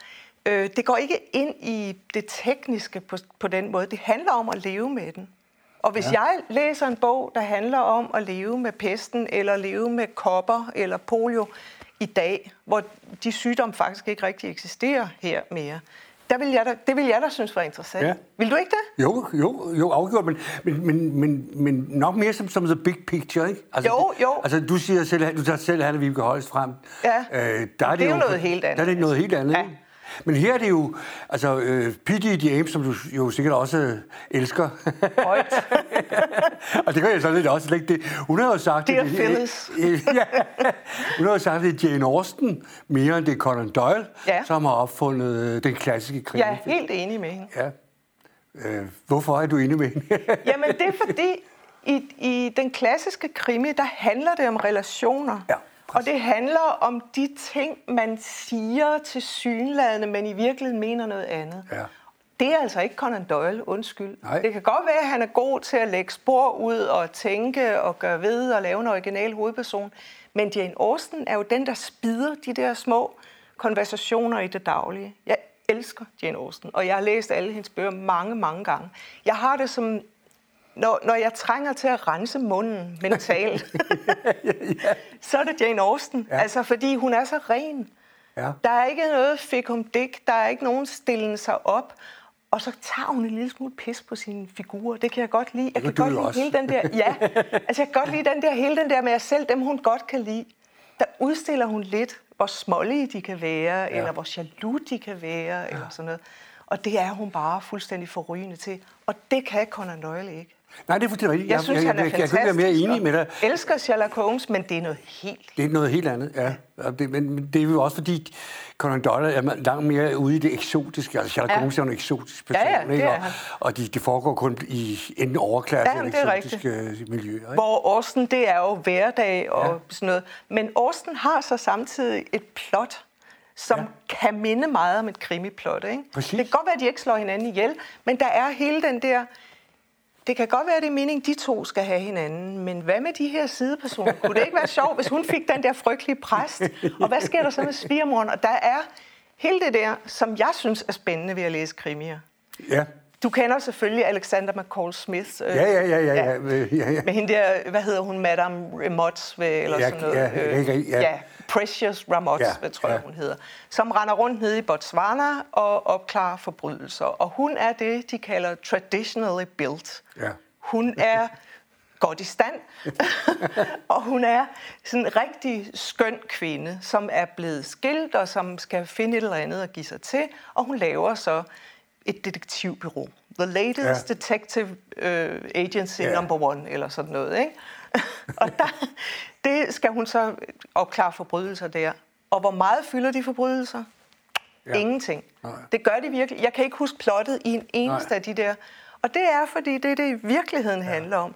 [SPEAKER 2] Øh, det går ikke ind i det tekniske på, på den måde. Det handler om at leve med den. Og hvis ja. jeg læser en bog, der handler om at leve med pesten, eller leve med kopper eller polio i dag, hvor de sygdomme faktisk ikke rigtig eksisterer her mere, der vil jeg da, det vil jeg da synes var interessant. Ja.
[SPEAKER 1] Ja.
[SPEAKER 2] Vil du ikke det?
[SPEAKER 1] Jo, jo, jo, afgjort, men, men, men, men, men nok mere som, som the big picture, ikke? Altså,
[SPEAKER 2] Jo,
[SPEAKER 1] det-
[SPEAKER 2] jo.
[SPEAKER 1] Altså, du siger selv, du tager selv Hanne Vibeke Holst frem.
[SPEAKER 2] Ja.
[SPEAKER 1] Øh,
[SPEAKER 2] Det
[SPEAKER 1] der
[SPEAKER 2] er
[SPEAKER 1] er det,
[SPEAKER 2] jo noget helt andet,
[SPEAKER 1] Der er det noget helt andet,
[SPEAKER 2] Ja.
[SPEAKER 1] ja. Men her er det jo, altså, øh, P.D. James, som du jo sikkert også øh, elsker.
[SPEAKER 2] Højt.
[SPEAKER 1] og det gør jeg sådan lidt også. Ikke? Det, hun har jo sagt...
[SPEAKER 2] Dear
[SPEAKER 1] det, øh,
[SPEAKER 2] Phyllis.
[SPEAKER 1] ja, hun har jo sagt, at det er Jane Austen mere end det er Conan Doyle,
[SPEAKER 2] Ja.
[SPEAKER 1] som har opfundet øh, den klassiske krig.
[SPEAKER 2] Jeg er helt enig med hende.
[SPEAKER 1] ja. Øh, hvorfor er du enig med hende?
[SPEAKER 2] Jamen, det er fordi, i, i den klassiske krimi, der handler det om relationer.
[SPEAKER 1] Ja,
[SPEAKER 2] og
[SPEAKER 1] præcis.
[SPEAKER 2] det handler om de ting, man siger til synladende, men i virkeligheden mener noget andet.
[SPEAKER 1] Ja.
[SPEAKER 2] Det er altså ikke Conan Doyle, undskyld.
[SPEAKER 1] Nej.
[SPEAKER 2] Det kan godt være, at han er god til at lægge spor ud og tænke og gøre ved og lave en original hovedperson. Men Jane Austen er jo den, der spider de der små konversationer i det daglige. Jeg elsker Jane Austen, og jeg har læst alle hendes bøger mange, mange gange. Jeg har det som når, når jeg trænger til at rense munden mentalt, så er det Jane Austen. Ja. Altså, fordi hun er så ren.
[SPEAKER 1] Ja.
[SPEAKER 2] Der er ikke noget fikum dik, der er ikke nogen stillen sig op. Og så tager hun en lille smule pis på sine figurer. Det kan jeg godt lide. Jeg
[SPEAKER 1] gør
[SPEAKER 2] kan
[SPEAKER 1] du jo
[SPEAKER 2] godt lide
[SPEAKER 1] også.
[SPEAKER 2] hele den der. Ja, altså jeg kan godt lide den der hele den der med at selv dem hun godt kan lide. Der udstiller hun lidt hvor smålige de kan være, ja. eller hvor jaloux de kan være, ja. eller sådan noget. Og det er hun bare fuldstændig forrygende til. Og det kan Conan Doyle ikke.
[SPEAKER 1] Nej, det er fuldstændig rigtigt.
[SPEAKER 2] Jeg, jeg synes,
[SPEAKER 1] jeg,
[SPEAKER 2] han er
[SPEAKER 1] jeg, jeg, jeg
[SPEAKER 2] fantastisk.
[SPEAKER 1] kunne ikke være mere enig med dig.
[SPEAKER 2] og elsker Sherlock Holmes, men det er noget helt...
[SPEAKER 1] Det er noget helt andet, ja. Og Det, men men det er jo også fordi, Conan Doyle er langt mere ude i det eksotiske. Altså, Sherlock
[SPEAKER 2] Ja.
[SPEAKER 1] Holmes er jo en eksotisk
[SPEAKER 2] Ja,
[SPEAKER 1] person,
[SPEAKER 2] ja, det
[SPEAKER 1] ikke?
[SPEAKER 2] er
[SPEAKER 1] Og,
[SPEAKER 2] han.
[SPEAKER 1] og de, det foregår kun i en overklasse
[SPEAKER 2] Ja,
[SPEAKER 1] af
[SPEAKER 2] men det er
[SPEAKER 1] eksotiske rigtigt. miljøer. Ikke?
[SPEAKER 2] Hvor Austen, det er jo hverdag og ja. sådan noget. Men Austen har så samtidig et plot, som ja.
[SPEAKER 1] Ja.
[SPEAKER 2] kan minde meget om et krimiplot. Ikke?
[SPEAKER 1] Præcis.
[SPEAKER 2] Det kan godt være, at de ikke slår hinanden ihjel, men der er hele den der Det kan godt være, at det er meningen, de to skal have hinanden, men hvad med de her sidepersoner? Kunne det ikke være sjovt, hvis hun fik den der frygtelige præst? Og hvad sker der så med svigermoren? Og der er hele det der, som jeg synes er spændende ved at læse krimier.
[SPEAKER 1] Ja.
[SPEAKER 2] Du kender selvfølgelig Alexander McCall Smith. øh,
[SPEAKER 1] Ja, ja, ja, ja, ja. Øh, ja, ja.
[SPEAKER 2] Med hende der, hvad hedder hun, Madame Ramot, eller
[SPEAKER 1] Ja,
[SPEAKER 2] sådan noget.
[SPEAKER 1] ja,
[SPEAKER 2] øh,
[SPEAKER 1] jeg kan ikke- ja.
[SPEAKER 2] ja Precious Ramot,
[SPEAKER 1] Ja,
[SPEAKER 2] hvad tror jeg,
[SPEAKER 1] ja.
[SPEAKER 2] hun hedder. Som render rundt nede i Botswana og opklarer forbrydelser. Og hun er det, de kalder traditionally built.
[SPEAKER 1] Ja.
[SPEAKER 2] Hun er godt i stand, og hun er sådan en rigtig skøn kvinde, som er blevet skilt, og som skal finde et eller andet at give sig til, og hun laver så et detektivbyrå. The latest
[SPEAKER 1] Ja.
[SPEAKER 2] ja. detective uh, agency
[SPEAKER 1] Ja.
[SPEAKER 2] ja. number one, eller sådan noget, ikke? og der, det skal hun så opklare forbrydelser der. Og hvor meget fylder de forbrydelser?
[SPEAKER 1] Ja.
[SPEAKER 2] Ja. Ingenting.
[SPEAKER 1] Nej.
[SPEAKER 2] Det gør de virkelig. Jeg kan ikke huske plottet i en eneste
[SPEAKER 1] Nej.
[SPEAKER 2] af de der. Og det er, fordi det er det, i virkeligheden ja. handler om.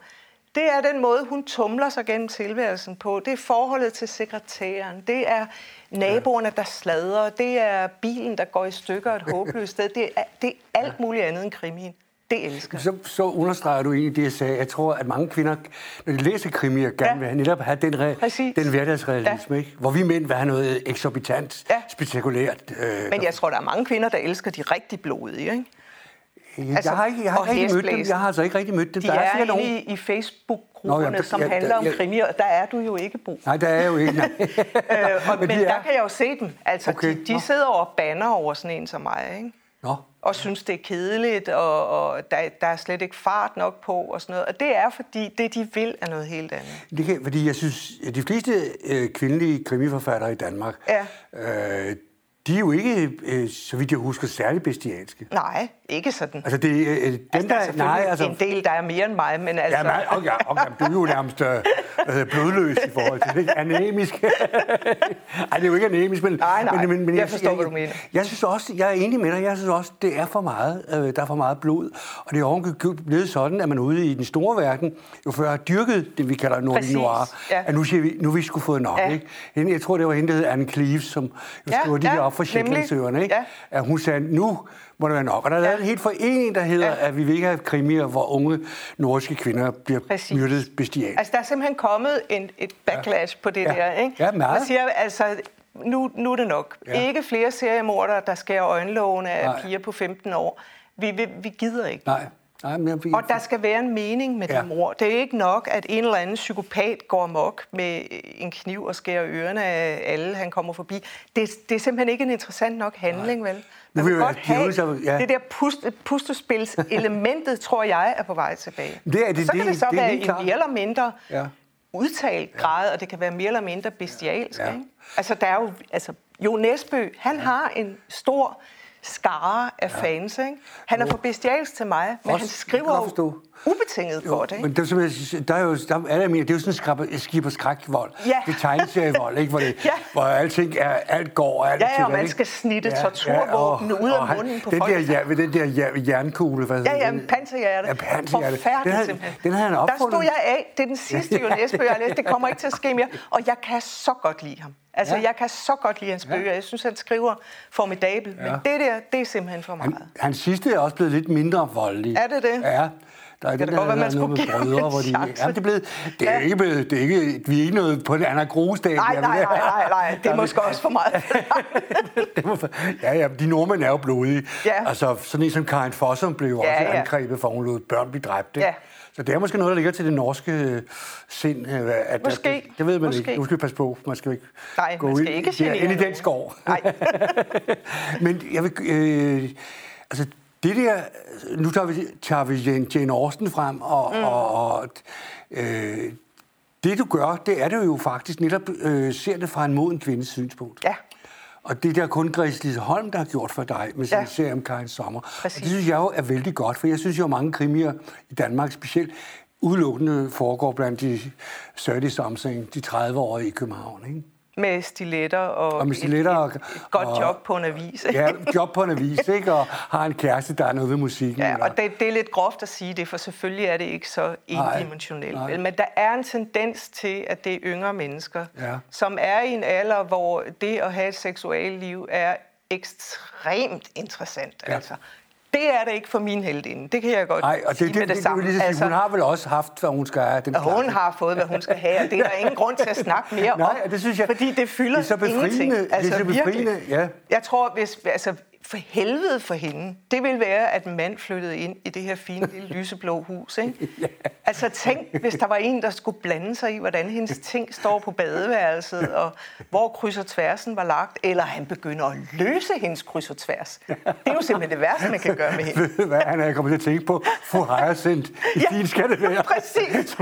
[SPEAKER 2] Det er den måde, hun tumler sig gennem tilværelsen på. Det er forholdet til sekretæren. Det er naboerne, der sladrer. Det er bilen, der går i stykker et håbløst sted. Det er, det er alt muligt andet end krimien. Det elsker jeg.
[SPEAKER 1] Så, så understreger du egentlig det, jeg sagde. Jeg tror, at mange kvinder, når de læser krimier, gerne
[SPEAKER 2] Ja.
[SPEAKER 1] vil have netop have den, re-
[SPEAKER 2] Præcis.
[SPEAKER 1] den hverdagsrealisme, ja. ikke? Hvor vi mænd vil have noget eksorbitant, ja.
[SPEAKER 2] Ja.
[SPEAKER 1] spektakulært. Øh,
[SPEAKER 2] Men jeg tror, der er mange kvinder, der elsker de rigtig blodige. Ikke?
[SPEAKER 1] Øh, jeg,
[SPEAKER 2] altså,
[SPEAKER 1] jeg har, ikke, jeg har
[SPEAKER 2] og
[SPEAKER 1] ikke rigtig mødt dem.
[SPEAKER 2] hæsblæsende.
[SPEAKER 1] Jeg har altså ikke rigtig mødt dem.
[SPEAKER 2] De
[SPEAKER 1] der
[SPEAKER 2] er,
[SPEAKER 1] er
[SPEAKER 2] er
[SPEAKER 1] sikkert
[SPEAKER 2] inde
[SPEAKER 1] nogen.
[SPEAKER 2] i, i Facebook-grupperne,
[SPEAKER 1] Nå, ja,
[SPEAKER 2] som
[SPEAKER 1] ja,
[SPEAKER 2] handler
[SPEAKER 1] der-
[SPEAKER 2] om
[SPEAKER 1] ja.
[SPEAKER 2] krimier, og der er du jo ikke, Bo.
[SPEAKER 1] Nej, der er jo ikke. Nej.
[SPEAKER 2] Øh, og,
[SPEAKER 1] Men
[SPEAKER 2] men
[SPEAKER 1] de
[SPEAKER 2] men
[SPEAKER 1] er-
[SPEAKER 2] der kan jeg jo se dem. Altså,
[SPEAKER 1] Okay,
[SPEAKER 2] okay. de,
[SPEAKER 1] nå.
[SPEAKER 2] de sidder og banner over sådan en som mig, ikke?
[SPEAKER 1] Nå,
[SPEAKER 2] og synes, det er kedeligt, og, og der, der er slet ikke fart nok på, og sådan noget. Og det er, fordi det, de vil, er noget helt andet.
[SPEAKER 1] det kan, fordi jeg synes, at de fleste øh, kvindelige krimiforfattere i Danmark,
[SPEAKER 2] Ja.
[SPEAKER 1] øh, de er jo ikke, øh, så vidt jeg husker, særlig bestialske.
[SPEAKER 2] Nej, ikke sådan.
[SPEAKER 1] Altså, det, øh, dem,
[SPEAKER 2] Altså, der er
[SPEAKER 1] der, nej,
[SPEAKER 2] selvfølgelig
[SPEAKER 1] altså,
[SPEAKER 2] en del, der er mere end mig, men altså...
[SPEAKER 1] Ja, men, okay, okay, du er jo nærmest øh, øh, blodløs i forhold til det. Anemisk. Nej, det er jo ikke anemisk, men...
[SPEAKER 2] Nej, nej, jeg forstår, hvad du mener.
[SPEAKER 1] Jeg, jeg synes også, jeg er enig med dig, jeg synes også, det er for meget, øh, der er for meget blod. Og det er ovenkøbet blevet sådan, at man ude i den store verden jo før har dyrket det, vi kalder Nordic
[SPEAKER 2] Præcis,
[SPEAKER 1] Noir.
[SPEAKER 2] ja.
[SPEAKER 1] At nu, siger vi, nu har vi skulle fået nok,
[SPEAKER 2] Ja.
[SPEAKER 1] ikke? Hende, jeg tror, det var hende, der hed Anne Cleves, som jo
[SPEAKER 2] Ja,
[SPEAKER 1] skriver de
[SPEAKER 2] ja,
[SPEAKER 1] der op for
[SPEAKER 2] nemlig.
[SPEAKER 1] Shetlandsøerne, ikke?
[SPEAKER 2] Ja.
[SPEAKER 1] At hun sagde, nu må det være nok. Og der er lavet en helt forening, der hedder,
[SPEAKER 2] Ja.
[SPEAKER 1] at vi vil ikke have krimier, hvor unge nordiske kvinder bliver
[SPEAKER 2] Præcis.
[SPEAKER 1] myrdet bestialt.
[SPEAKER 2] Altså, der er simpelthen kommet en, et backlash ja. på det
[SPEAKER 1] Ja.
[SPEAKER 2] der, ikke?
[SPEAKER 1] Ja, meget.
[SPEAKER 2] Man siger, altså, nu, nu er det nok.
[SPEAKER 1] Ja.
[SPEAKER 2] Ja. Ikke flere seriemordere, der skærer øjenlågene af
[SPEAKER 1] Nej.
[SPEAKER 2] piger på 15 år. Vi, vi, vi gider ikke.
[SPEAKER 1] Nej, nej, men jeg,
[SPEAKER 2] Og der skal være en mening med
[SPEAKER 1] Ja.
[SPEAKER 2] ja. de mor. Det er ikke nok, at en eller anden psykopat går amok med en kniv og skærer ørerne af alle, han kommer forbi. Det, det er simpelthen ikke en interessant nok handling, Nej. vel? Man
[SPEAKER 1] vil
[SPEAKER 2] vil
[SPEAKER 1] jeg
[SPEAKER 2] godt
[SPEAKER 1] være
[SPEAKER 2] have
[SPEAKER 1] djævelens adv- ja.
[SPEAKER 2] det der puste, pustespils-elementet, tror jeg, er på vej tilbage.
[SPEAKER 1] Det er det-
[SPEAKER 2] og så kan
[SPEAKER 1] det-
[SPEAKER 2] det, så
[SPEAKER 1] det er
[SPEAKER 2] være
[SPEAKER 1] helt
[SPEAKER 2] i
[SPEAKER 1] klart.
[SPEAKER 2] mere eller mindre
[SPEAKER 1] Ja.
[SPEAKER 2] ja. udtalt grad, og det kan være mere eller mindre bestialsk.
[SPEAKER 1] Ja.
[SPEAKER 2] Ja. Ikke? Altså, der er jo... Altså, jo Nesbø, han ja. har en stor skare af ja. fans, ikke? Han er for bestialsk til mig,
[SPEAKER 1] Også-
[SPEAKER 2] men
[SPEAKER 1] det
[SPEAKER 2] han
[SPEAKER 1] kan
[SPEAKER 2] skriver
[SPEAKER 1] jeg
[SPEAKER 2] jo
[SPEAKER 1] forstå.
[SPEAKER 2] ubetinget godt, ikke?
[SPEAKER 1] Men det er simpelthen, der er jo, der er, der, det er jo sådan skrab, skib og skrækvold.
[SPEAKER 2] Ja.
[SPEAKER 1] Det er tegneserievold, ikke? Hvor, det,
[SPEAKER 2] Ja.
[SPEAKER 1] hvor alting er, alt går, og alt
[SPEAKER 2] Ja, ja,
[SPEAKER 1] er
[SPEAKER 2] og man
[SPEAKER 1] ikke?
[SPEAKER 2] skal snitte torturvåbnene ud af
[SPEAKER 1] og han-
[SPEAKER 2] munden på
[SPEAKER 1] den
[SPEAKER 2] folk.
[SPEAKER 1] Der, ja, ved den der ja, jernkugle, hvad
[SPEAKER 2] Ja,
[SPEAKER 1] hedder
[SPEAKER 2] ja,
[SPEAKER 1] den?
[SPEAKER 2] panserhjerte.
[SPEAKER 1] Ja, panserhjerte. Den
[SPEAKER 2] Forfærdeligt
[SPEAKER 1] havde-
[SPEAKER 2] simpelthen.
[SPEAKER 1] den havde han opfundet.
[SPEAKER 2] Der stod jeg af. Det er den sidste
[SPEAKER 1] Ja.
[SPEAKER 2] ja. Nesbø, jeg har læst. Det kommer ikke til at ske mere. Og jeg kan så godt lide ham. Altså,
[SPEAKER 1] Ja.
[SPEAKER 2] ja. jeg kan så godt lide hans bøger. Jeg synes, han skriver formidabel. Ja. Men det der, det er simpelthen for meget.
[SPEAKER 1] Han, hans sidste er også blevet lidt mindre voldelig.
[SPEAKER 2] Er det det?
[SPEAKER 1] Ja. Der er
[SPEAKER 2] da
[SPEAKER 1] den,
[SPEAKER 2] godt være, man
[SPEAKER 1] hedder noget
[SPEAKER 2] skulle
[SPEAKER 1] med
[SPEAKER 2] give ham en
[SPEAKER 1] hvor de,
[SPEAKER 2] chance.
[SPEAKER 1] ja, det er blevet, det er
[SPEAKER 2] Ja.
[SPEAKER 1] ikke blevet, det er ikke, vi er ikke noget på en anden grusdag.
[SPEAKER 2] Nej, nej, nej, nej, nej. Det er måske også for meget.
[SPEAKER 1] Det må- ja, ja, de nordmænd er jo blodige. Ja.
[SPEAKER 2] Ja.
[SPEAKER 1] Altså, sådan en som Karin Fossum blev ja, også
[SPEAKER 2] ja.
[SPEAKER 1] angrebet, for hun lod børn blive dræbt. Ikke? Ja.
[SPEAKER 2] Ja.
[SPEAKER 1] Så det er måske noget, der ligger til det norske øh, sind. øh, At,
[SPEAKER 2] Måske.
[SPEAKER 1] At, det, det ved man
[SPEAKER 2] Måske.
[SPEAKER 1] ikke. Nu skal vi passe på. Man skal jo ikke
[SPEAKER 2] Nej,
[SPEAKER 1] gå
[SPEAKER 2] man skal
[SPEAKER 1] ud
[SPEAKER 2] ikke
[SPEAKER 1] der,
[SPEAKER 2] genere
[SPEAKER 1] ind i den
[SPEAKER 2] nogen.
[SPEAKER 1] skov.
[SPEAKER 2] Nej.
[SPEAKER 1] Men jeg vil... Øh, altså, det der... Nu tager vi, tager vi Jane, Jane Austen frem, og, mm. og, og øh, det du gør, det er det jo faktisk netop øh, ser det fra en moden kvindes synspunkt.
[SPEAKER 2] Ja.
[SPEAKER 1] Og det der kun Græs Lise Holm, der har gjort for dig med sin ja.
[SPEAKER 2] Ja.
[SPEAKER 1] serie om Karin Sommer.
[SPEAKER 2] Præcis.
[SPEAKER 1] Og det synes jeg jo er vældig godt, for jeg synes jo, at mange krimier i Danmark specielt udelukkende foregår blandt de 30 something, de 30-årige i København. Ikke?
[SPEAKER 2] Med stiletter og,
[SPEAKER 1] Og med stiletter
[SPEAKER 2] et,
[SPEAKER 1] og-
[SPEAKER 2] et, et godt
[SPEAKER 1] og-
[SPEAKER 2] job på en avis.
[SPEAKER 1] Ja, job på en avis, ikke? og har en kæreste, der er noget ved musikken.
[SPEAKER 2] Ja,
[SPEAKER 1] eller-
[SPEAKER 2] og det, det er lidt groft at sige det, for selvfølgelig er det ikke så
[SPEAKER 1] Nej,
[SPEAKER 2] endimensionelt.
[SPEAKER 1] nej.
[SPEAKER 2] vel? Men der er en tendens til, at det er yngre mennesker,
[SPEAKER 1] Ja.
[SPEAKER 2] som er i en alder, hvor det at have et seksuelt liv er ekstremt interessant.
[SPEAKER 1] Ja.
[SPEAKER 2] Altså, Det er det ikke for min heldinde. Det kan jeg godt
[SPEAKER 1] Nej, og det,
[SPEAKER 2] sige
[SPEAKER 1] det,
[SPEAKER 2] med
[SPEAKER 1] det,
[SPEAKER 2] det,
[SPEAKER 1] det,
[SPEAKER 2] samme.
[SPEAKER 1] vil lige så sige,
[SPEAKER 2] altså,
[SPEAKER 1] hun har vel også haft, hvad hun skal have. Det er
[SPEAKER 2] og hun
[SPEAKER 1] klart.
[SPEAKER 2] har fået, hvad hun skal have, og det er der ingen grund til at snakke mere om.
[SPEAKER 1] Nej, og det synes jeg,
[SPEAKER 2] Fordi det fylder
[SPEAKER 1] det er så befriende.
[SPEAKER 2] ingenting. Altså,
[SPEAKER 1] Det er så
[SPEAKER 2] virkelig.
[SPEAKER 1] befriende, ja.
[SPEAKER 2] Jeg tror, hvis, altså, for helvede for hende, det ville være, at en mand flyttede ind i det her fine lille lyseblå hus. Ikke? Altså tænk, hvis der var en, der skulle blande sig i, hvordan hendes ting står på badeværelset, og hvor kryds og tværsen var lagt, eller han begynder at løse hendes kryds og tværs. Det er jo simpelthen det værste, man kan gøre med hende.
[SPEAKER 1] Ved du hvad han er kommet til at tænke på? Fru Hejersendt. I ja. din skal det være.
[SPEAKER 2] Præcis.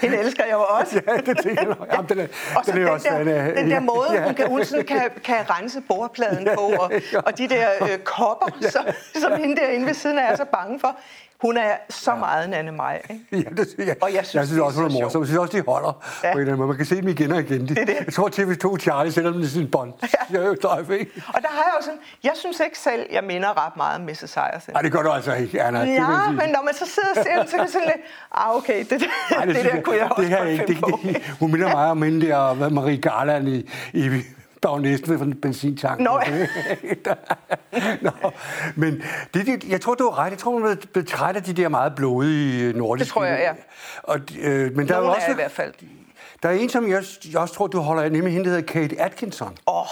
[SPEAKER 2] Hende elsker jeg jo også.
[SPEAKER 1] ja, det tænker jeg. nok. Jamen, den er,
[SPEAKER 2] Og så
[SPEAKER 1] den,
[SPEAKER 2] den,
[SPEAKER 1] er også,
[SPEAKER 2] der,
[SPEAKER 1] er-
[SPEAKER 2] den der måde,
[SPEAKER 1] ja.
[SPEAKER 2] hun, kan, hun sådan kan, kan rense bordpladen på, og, og de der øh, kopper, som, som hende derinde ved siden af er så bange for. Hun er så meget Nanne Maj. Ikke?
[SPEAKER 1] Ja, det synes jeg.
[SPEAKER 2] Og jeg synes,
[SPEAKER 1] jeg synes
[SPEAKER 2] det er
[SPEAKER 1] også, hun er
[SPEAKER 2] så sjovt.
[SPEAKER 1] morsom. Jeg synes også, de holder.
[SPEAKER 2] Ja.
[SPEAKER 1] Ja. På en eller anden måde. Man kan se dem igen og igen. Det
[SPEAKER 2] er det.
[SPEAKER 1] Jeg tror, TV2 Charlie sender dem i sin bånd. Ja. Jeg er jo sløjf, ikke?
[SPEAKER 2] Og der har jeg også sådan, jeg synes ikke selv, jeg minder ret meget om Mrs. Sejersen.
[SPEAKER 1] Nej, det gør du altså ikke, Anna. det vil jeg
[SPEAKER 2] Ja,
[SPEAKER 1] sige.
[SPEAKER 2] men når man så sidder og ser den, så kan man sådan lidt, ah okay, det, det,
[SPEAKER 1] Ej,
[SPEAKER 2] det, det
[SPEAKER 1] synes
[SPEAKER 2] der kunne jeg også
[SPEAKER 1] det her,
[SPEAKER 2] godt
[SPEAKER 1] er ikke-
[SPEAKER 2] finde på.
[SPEAKER 1] det, det, Hun minder meget om hende der, hvad Marie Garland i, i Bagnæsten ved fra den benzintank.
[SPEAKER 2] Nå,
[SPEAKER 1] Nå, men det, det, jeg tror, du har ret. Jeg tror, hun er blevet- blevet træt af de der meget blodige øh, nordiske...
[SPEAKER 2] Det tror jeg, ja.
[SPEAKER 1] Og, de- øh, men der er, jo
[SPEAKER 2] Nogen
[SPEAKER 1] også,
[SPEAKER 2] er i hvert fald.
[SPEAKER 1] der er en, som jeg, også- jeg også tror, du holder af, nemlig hende, der hedder Kate Atkinson.
[SPEAKER 2] Åh, oh,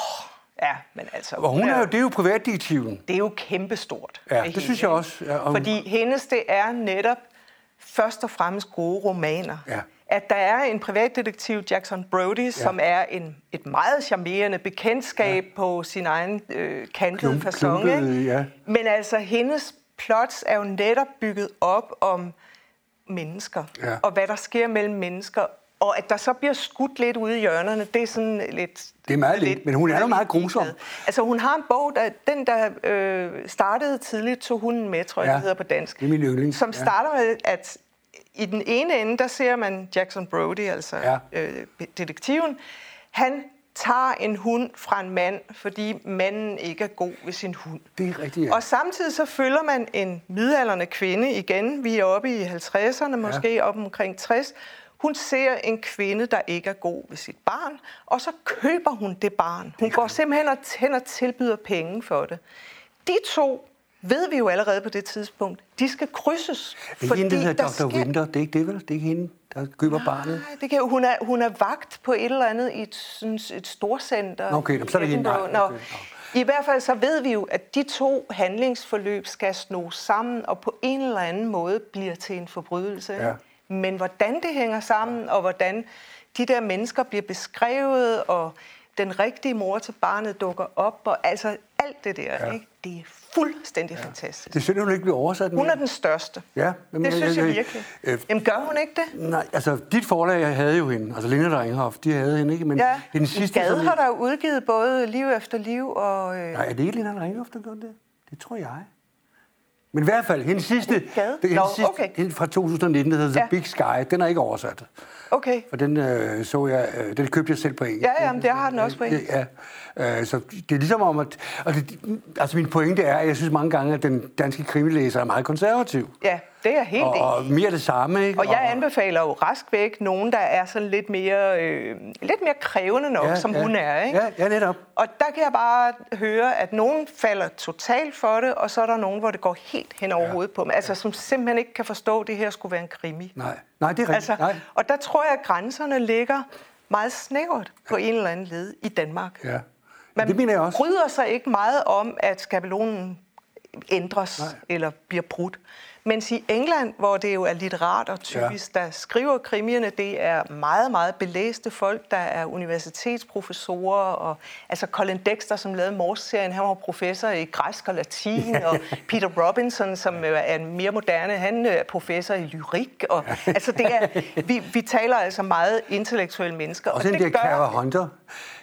[SPEAKER 2] ja, men altså...
[SPEAKER 1] Og hun er jo, det er jo privatdetektiven.
[SPEAKER 2] det er jo kæmpestort.
[SPEAKER 1] Ja,
[SPEAKER 2] med
[SPEAKER 1] det
[SPEAKER 2] hende,
[SPEAKER 1] synes jeg
[SPEAKER 2] ikke?
[SPEAKER 1] også, ja, og-
[SPEAKER 2] Fordi hendes, det er netop først og fremmest gode romaner.
[SPEAKER 1] Ja.
[SPEAKER 2] At der er en privatdetektiv, Jackson Brody, ja. som er en, et meget charmerende bekendtskab ja. på sin egen øh, kantede
[SPEAKER 1] Klump-
[SPEAKER 2] fasong.
[SPEAKER 1] klumpede,
[SPEAKER 2] ikke?
[SPEAKER 1] ja.
[SPEAKER 2] Men altså, hendes plots er jo netop bygget op om mennesker,
[SPEAKER 1] Ja.
[SPEAKER 2] og hvad der sker mellem mennesker. Og at der så bliver skudt lidt ude i hjørnerne, det er sådan lidt...
[SPEAKER 1] Det er meget lidt, men hun er jo meget grusom.
[SPEAKER 2] Altså, hun har en bog, der, den der øh, startede tidligt, tog hunden med, tror jeg,
[SPEAKER 1] Ja,
[SPEAKER 2] det hedder på dansk.
[SPEAKER 1] det er min yndling,
[SPEAKER 2] Som
[SPEAKER 1] ja.
[SPEAKER 2] starter med, at i den ene ende, der ser man Jackson Brody, altså
[SPEAKER 1] Ja.
[SPEAKER 2] øh, detektiven. Han tager en hund fra en mand, fordi manden ikke er god ved sin hund.
[SPEAKER 1] Det er rigtigt, ja.
[SPEAKER 2] Og samtidig så følger man en midalderne kvinde igen. Vi er oppe i 50'erne, måske ja. op omkring 60. Hun ser en kvinde, der ikke er god ved sit barn, og så køber hun det barn. Hun går simpelthen og hen og tilbyder penge for det. De to ved vi jo allerede på det tidspunkt, de skal krydses.
[SPEAKER 1] Det er ikke hende, der hedder Dr. Winter. Det er ikke det, vel? Det er ikke hende, der køber barnet.
[SPEAKER 2] Nej, det kan, jo- hun, er, hun er vagt på et eller andet i et, sådan, et storcenter.
[SPEAKER 1] Nå, okay, nå, så er det hende, nej,
[SPEAKER 2] Edinburgh. Nå,
[SPEAKER 1] okay,
[SPEAKER 2] I hvert fald så ved vi jo, at de to handlingsforløb skal snos sammen, og på en eller anden måde bliver til en forbrydelse. ikke?
[SPEAKER 1] Ja.
[SPEAKER 2] Men hvordan det hænger sammen, og hvordan de der mennesker bliver beskrevet, og den rigtige mor til barnet dukker op, og altså alt det der, ja. ikke? det er fuldstændig ja. fantastisk.
[SPEAKER 1] Det er synd, at hun ikke bliver oversat.
[SPEAKER 2] Hun
[SPEAKER 1] mere.
[SPEAKER 2] er den største.
[SPEAKER 1] Ja, jamen,
[SPEAKER 2] det synes jeg
[SPEAKER 1] jeg- jeg-
[SPEAKER 2] virkelig.
[SPEAKER 1] øh,
[SPEAKER 2] Jamen gør hun ikke det?
[SPEAKER 1] Nej, altså dit forlag jeg havde jo hende. Altså Linda Drenghoff, de havde hende ikke, men
[SPEAKER 2] Ja,
[SPEAKER 1] den sidste...
[SPEAKER 2] Gade
[SPEAKER 1] som-
[SPEAKER 2] har der jo udgivet både Liv efter liv og... Øh,
[SPEAKER 1] Nej, er det ikke Linda Drenghoff, der gjorde det? Det tror jeg. Men i hvert fald, hendes sidste,
[SPEAKER 2] Gade?
[SPEAKER 1] hendes
[SPEAKER 2] Nå,
[SPEAKER 1] sidste
[SPEAKER 2] okay.
[SPEAKER 1] hende fra 2019, der hedder The
[SPEAKER 2] Ja.
[SPEAKER 1] Big Sky, den er ikke oversat.
[SPEAKER 2] okay,
[SPEAKER 1] Og den øh, så jeg, øh, den købte jeg selv på engelsk.
[SPEAKER 2] Ja, ja, men det har den også på engelsk.
[SPEAKER 1] Ja, ja. Øh, så det er ligesom om, at... Og det, altså min pointe er, at jeg synes mange gange, at den danske krimilæser er meget konservativ.
[SPEAKER 2] ja, det er jeg helt
[SPEAKER 1] Og,
[SPEAKER 2] enig.
[SPEAKER 1] og mere det samme, ikke?
[SPEAKER 2] Og jeg anbefaler jo rask væk nogen, der er sådan lidt mere, øh, lidt mere krævende nok, ja, som
[SPEAKER 1] ja,
[SPEAKER 2] hun er. Ikke?
[SPEAKER 1] Ja, ja, netop.
[SPEAKER 2] Og der kan jeg bare høre, at nogen falder totalt for det, og så er der nogen, hvor det går helt hen over hovedet på dem. Altså, som simpelthen ikke kan forstå, at det her skulle være en krimi.
[SPEAKER 1] Nej, nej det er rigtigt.
[SPEAKER 2] Altså,
[SPEAKER 1] nej.
[SPEAKER 2] og der tror jeg, at grænserne ligger meget snævert på en eller anden led i Danmark.
[SPEAKER 1] Ja.
[SPEAKER 2] Man
[SPEAKER 1] Man det mener jeg også.
[SPEAKER 2] bryder sig ikke meget om, at skabelonen ændres Nej.
[SPEAKER 1] Nej.
[SPEAKER 2] eller bliver brudt. Mens i England, hvor det jo er litterater typisk, ja. der skriver krimierne, det er meget, meget belæste folk, der er universitetsprofessorer, og altså Colin Dexter, som lavede Morse-serien, han var professor i græsk og latin, og Peter Robinson, som øh, er en mere moderne, han øh, er professor i lyrik, og altså det er, vi, vi taler altså meget intellektuelle mennesker, og,
[SPEAKER 1] Og den der
[SPEAKER 2] det gør,
[SPEAKER 1] Cara Hunter,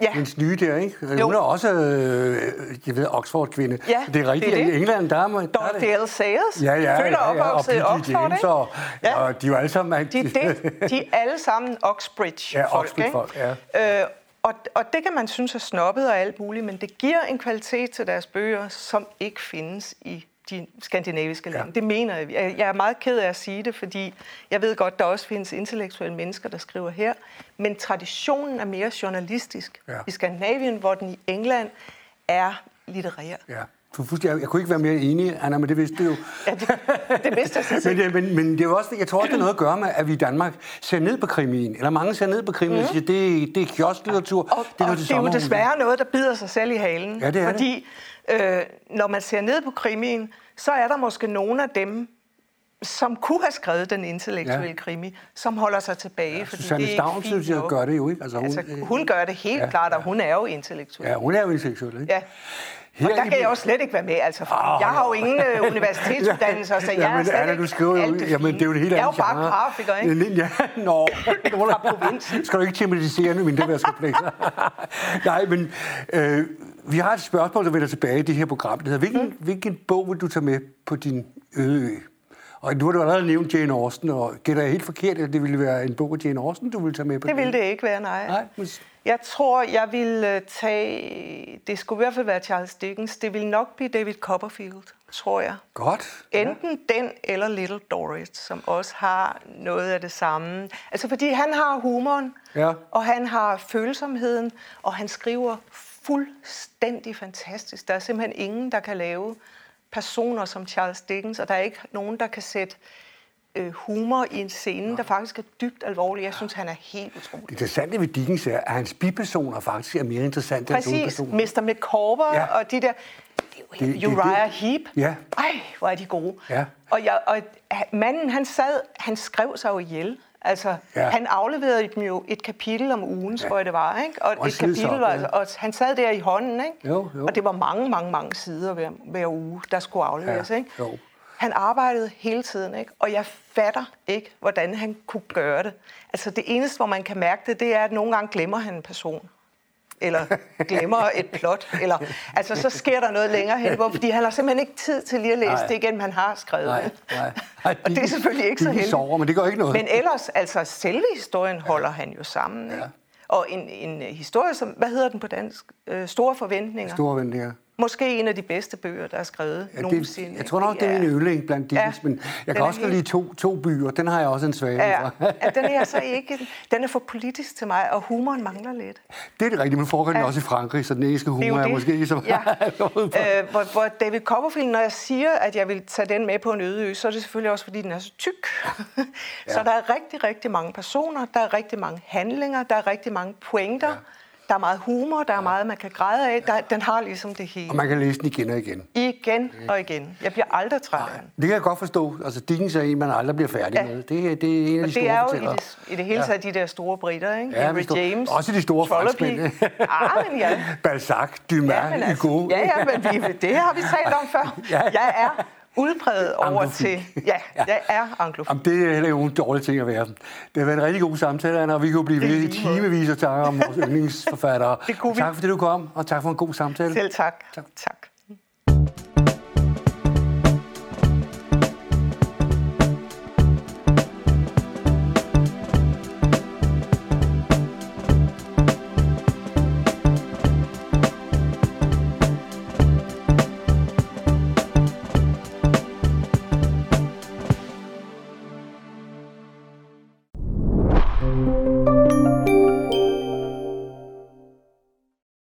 [SPEAKER 2] Ja.
[SPEAKER 1] ja. hendes nye der, ikke?
[SPEAKER 2] Jo.
[SPEAKER 1] Hun er også, øh, jeg ved, Oxford-kvinde.
[SPEAKER 2] Ja,
[SPEAKER 1] det er rigtigt.
[SPEAKER 2] det er det.
[SPEAKER 1] I England, der er man... der er det-
[SPEAKER 2] Dorothy L. Sayers,
[SPEAKER 1] Ja, ja,
[SPEAKER 2] født og
[SPEAKER 1] ja, ja. Og
[SPEAKER 2] opvokset i
[SPEAKER 1] P.G.
[SPEAKER 2] Oxford,
[SPEAKER 1] James,
[SPEAKER 2] ikke?
[SPEAKER 1] og,
[SPEAKER 2] Ja.
[SPEAKER 1] ja. og de er jo alle sammen...
[SPEAKER 2] De, er det, de er alle sammen Oxbridge-folk.
[SPEAKER 1] Ja, Oxbridge-folk,
[SPEAKER 2] ja. Øh, og, og det kan man synes er snobbet og alt muligt, men det giver en kvalitet til deres bøger, som ikke findes i de skandinaviske lande. Ja. Det mener jeg. Jeg jeg er meget ked af at sige det, fordi jeg ved godt, der også findes intellektuelle mennesker, der skriver her, men traditionen er mere journalistisk
[SPEAKER 1] Ja.
[SPEAKER 2] i Skandinavien, hvor den i England er litterær.
[SPEAKER 1] Ja. Du, jeg, jeg kunne ikke være mere enig, Anna, men det vidste du jo.
[SPEAKER 2] Ja, det, det vidste jeg sådan
[SPEAKER 1] men,
[SPEAKER 2] set.
[SPEAKER 1] det- men, men det er jo også, jeg tror også, det er noget at gøre med, at vi i Danmark ser ned på krimien. Eller mange ser ned på krimien mm. og siger, det, det er kiosklitteratur.
[SPEAKER 2] Mhm. Og, det, er og
[SPEAKER 1] til
[SPEAKER 2] det er jo
[SPEAKER 1] sommerhuse."
[SPEAKER 2] desværre noget, der bider sig selv i halen.
[SPEAKER 1] Ja, det er det.
[SPEAKER 2] fordi Øh, når man ser ned på krimien, så er der måske nogle af dem, som kunne have skrevet den intellektuelle
[SPEAKER 1] Ja.
[SPEAKER 2] ja. krimi, som holder sig tilbage. Ja, fordi
[SPEAKER 1] Susanne
[SPEAKER 2] det er
[SPEAKER 1] Stavn,
[SPEAKER 2] ikke fint
[SPEAKER 1] synes jeg,
[SPEAKER 2] nok.
[SPEAKER 1] gør det jo ikke. Altså, hun,
[SPEAKER 2] Altså, hun gør det helt ja, klart, og hun er jo intellektuel.
[SPEAKER 1] Ja, hun er jo inseksuel, ikke?
[SPEAKER 2] Ja.
[SPEAKER 1] Her
[SPEAKER 2] Og der
[SPEAKER 1] i-
[SPEAKER 2] kan jeg jo slet ikke være med, altså. For
[SPEAKER 1] Ah,
[SPEAKER 2] jeg har jo
[SPEAKER 1] ja.
[SPEAKER 2] ingen øh, universitetsuddannelse, så altså, jeg
[SPEAKER 1] Jamen,
[SPEAKER 2] er slet
[SPEAKER 1] Anna,
[SPEAKER 2] ikke
[SPEAKER 1] du skriver jo,
[SPEAKER 2] alt det
[SPEAKER 1] jamen,
[SPEAKER 2] fine.
[SPEAKER 1] det er jo det helt
[SPEAKER 2] Jeg er jo
[SPEAKER 1] andet
[SPEAKER 2] bare
[SPEAKER 1] genre.
[SPEAKER 2] grafiker, ikke?
[SPEAKER 1] Ja, lige- Ja, nå.
[SPEAKER 2] Fra provinsen.
[SPEAKER 1] skal du ikke tematisere nu mine demenskomplekser? Nej, men øh, vi har et spørgsmål, der vender tilbage i det her program. Det hedder, hvilken, mm. hvilken bog vil du tage med på din øde ø? Og nu har du allerede nævnt Jane Austen, og gætter jeg helt forkert, at det ville være en bog af Jane Austen, du ville tage med på
[SPEAKER 2] Det
[SPEAKER 1] din
[SPEAKER 2] ville det ikke være, nej.
[SPEAKER 1] Nej, men s-
[SPEAKER 2] Jeg tror, jeg ville øh, tage... Det skulle i hvert fald være Charles Dickens. Det ville nok blive David Copperfield, tror jeg.
[SPEAKER 1] godt.
[SPEAKER 2] Enten den eller Little Dorrit, som også har noget af det samme. Altså fordi han har humoren,
[SPEAKER 1] Ja.
[SPEAKER 2] og han har følsomheden, og han skriver fuldstændig fantastisk. Der er simpelthen ingen, der kan lave personer som Charles Dickens, og der er ikke nogen, der kan sætte øh, humor i en scene, der faktisk er dybt alvorlig. Jeg synes, han er helt utrolig.
[SPEAKER 1] Det interessante ved Dickens er, at hans bipersoner faktisk er mere interessante end hans
[SPEAKER 2] Præcis,
[SPEAKER 1] hovedpersoner.
[SPEAKER 2] Mr. McCorber
[SPEAKER 1] Ja.
[SPEAKER 2] ja. og de der... Det er jo
[SPEAKER 1] Det- det-
[SPEAKER 2] helt- Uriah
[SPEAKER 1] det-
[SPEAKER 2] Heep.
[SPEAKER 1] Ja.
[SPEAKER 2] Ej, hvor er de gode.
[SPEAKER 1] Ja.
[SPEAKER 2] Og, jeg, og ha- manden, han sad, han skrev sig jo ihjel. Altså,
[SPEAKER 1] Ja.
[SPEAKER 2] ja. han afleverede dem jo et kapitel om ugen, ja. tror jeg det var, ikke? Og,
[SPEAKER 1] Og
[SPEAKER 2] et
[SPEAKER 1] en
[SPEAKER 2] kapitel,
[SPEAKER 1] sidesak,
[SPEAKER 2] var,
[SPEAKER 1] ja.
[SPEAKER 2] altså- og han sad der i hånden, ikke?
[SPEAKER 1] Jo, jo.
[SPEAKER 2] Og det var mange, mange, mange sider hver, hver uge, der skulle afleveres,
[SPEAKER 1] Ja,
[SPEAKER 2] ikke?
[SPEAKER 1] jo.
[SPEAKER 2] Han arbejdede hele tiden, ikke? Og jeg fatter ikke, hvordan han kunne gøre det. Altså, det eneste, hvor man kan mærke det, det er, at nogle gange glemmer han en person eller glemmer et plot, eller altså så sker der noget længere hen, hvor, fordi han har simpelthen ikke tid til lige at læse
[SPEAKER 1] Nej.
[SPEAKER 2] nej. det igen, han har skrevet.
[SPEAKER 1] Nej,
[SPEAKER 2] det.
[SPEAKER 1] nej.
[SPEAKER 2] og det er selvfølgelig ikke så
[SPEAKER 1] Dickens
[SPEAKER 2] heldigt.
[SPEAKER 1] sover, men det gør ikke noget.
[SPEAKER 2] Men ellers, altså selve historien holder han jo sammen. Ikke?
[SPEAKER 1] Ja.
[SPEAKER 2] Og en, en øh, historie, som, hvad hedder den på dansk? Øh, store forventninger. Store.
[SPEAKER 1] Store vendinger.
[SPEAKER 2] Måske en af de bedste bøger, der er skrevet ja,
[SPEAKER 1] Ja,
[SPEAKER 2] nogensinde.
[SPEAKER 1] det, jeg
[SPEAKER 2] ikke?
[SPEAKER 1] tror nok, det er min yndling blandt Dickens,
[SPEAKER 2] Ja,
[SPEAKER 1] men jeg
[SPEAKER 2] den
[SPEAKER 1] kan
[SPEAKER 2] er
[SPEAKER 1] også godt lide
[SPEAKER 2] helt-
[SPEAKER 1] to, to byer. Den har jeg også en svag
[SPEAKER 2] Ja,
[SPEAKER 1] ja.
[SPEAKER 2] ja, den er jeg så ikke. Den er for politisk til mig, og humoren mangler lidt.
[SPEAKER 1] Det er det rigtige, men foregår den også i Frankrig, så den engelske humor
[SPEAKER 2] Det
[SPEAKER 1] er,
[SPEAKER 2] jo det.
[SPEAKER 1] måske ikke så
[SPEAKER 2] ja.
[SPEAKER 1] meget.
[SPEAKER 2] øh, hvor, hvor David Copperfield, når jeg siger, at jeg vil tage den med på en øde ø, så er det selvfølgelig også, fordi den er så tyk. så
[SPEAKER 1] Ja.
[SPEAKER 2] der er rigtig, rigtig mange personer, der er rigtig mange handlinger, der er rigtig mange pointer, der er meget humor, der er meget, man kan græde af. Der, den har ligesom det hele.
[SPEAKER 1] Og man kan læse den igen og igen.
[SPEAKER 2] Igen
[SPEAKER 1] Mm.
[SPEAKER 2] og igen. Jeg bliver aldrig træt af den.
[SPEAKER 1] Det kan jeg godt forstå. Altså, Dickens er en, man aldrig bliver færdig
[SPEAKER 2] Ja.
[SPEAKER 1] med. Det, er- det er en af
[SPEAKER 2] Og
[SPEAKER 1] de store
[SPEAKER 2] det er jo i
[SPEAKER 1] fortællere.
[SPEAKER 2] det, i det hele taget de der store britter, ikke?
[SPEAKER 1] Ja, men
[SPEAKER 2] Henry
[SPEAKER 1] stor-
[SPEAKER 2] James,
[SPEAKER 1] også de store
[SPEAKER 2] Trollope.
[SPEAKER 1] franskmænd.
[SPEAKER 2] Ah, men ja.
[SPEAKER 1] Balzac, Dumas,
[SPEAKER 2] men altså,
[SPEAKER 1] Hugo.
[SPEAKER 2] Ja, ja, men vi, det har vi talt om før.
[SPEAKER 1] Ja.
[SPEAKER 2] Jeg er udpræget over
[SPEAKER 1] Anglofil.
[SPEAKER 2] til... Ja,
[SPEAKER 1] Ja.
[SPEAKER 2] jeg er anglofil.
[SPEAKER 1] Jamen, det er heller ikke nogen dårlig ting at være. Det har været en rigtig god samtale, Anna, og vi kunne blive
[SPEAKER 2] Det er
[SPEAKER 1] ved i
[SPEAKER 2] lige måde.
[SPEAKER 1] timevis og snakke om vores yndlingsforfattere.
[SPEAKER 2] Det kunne vi.
[SPEAKER 1] tak fordi du kom, og tak for en god samtale.
[SPEAKER 2] Selv tak. tak.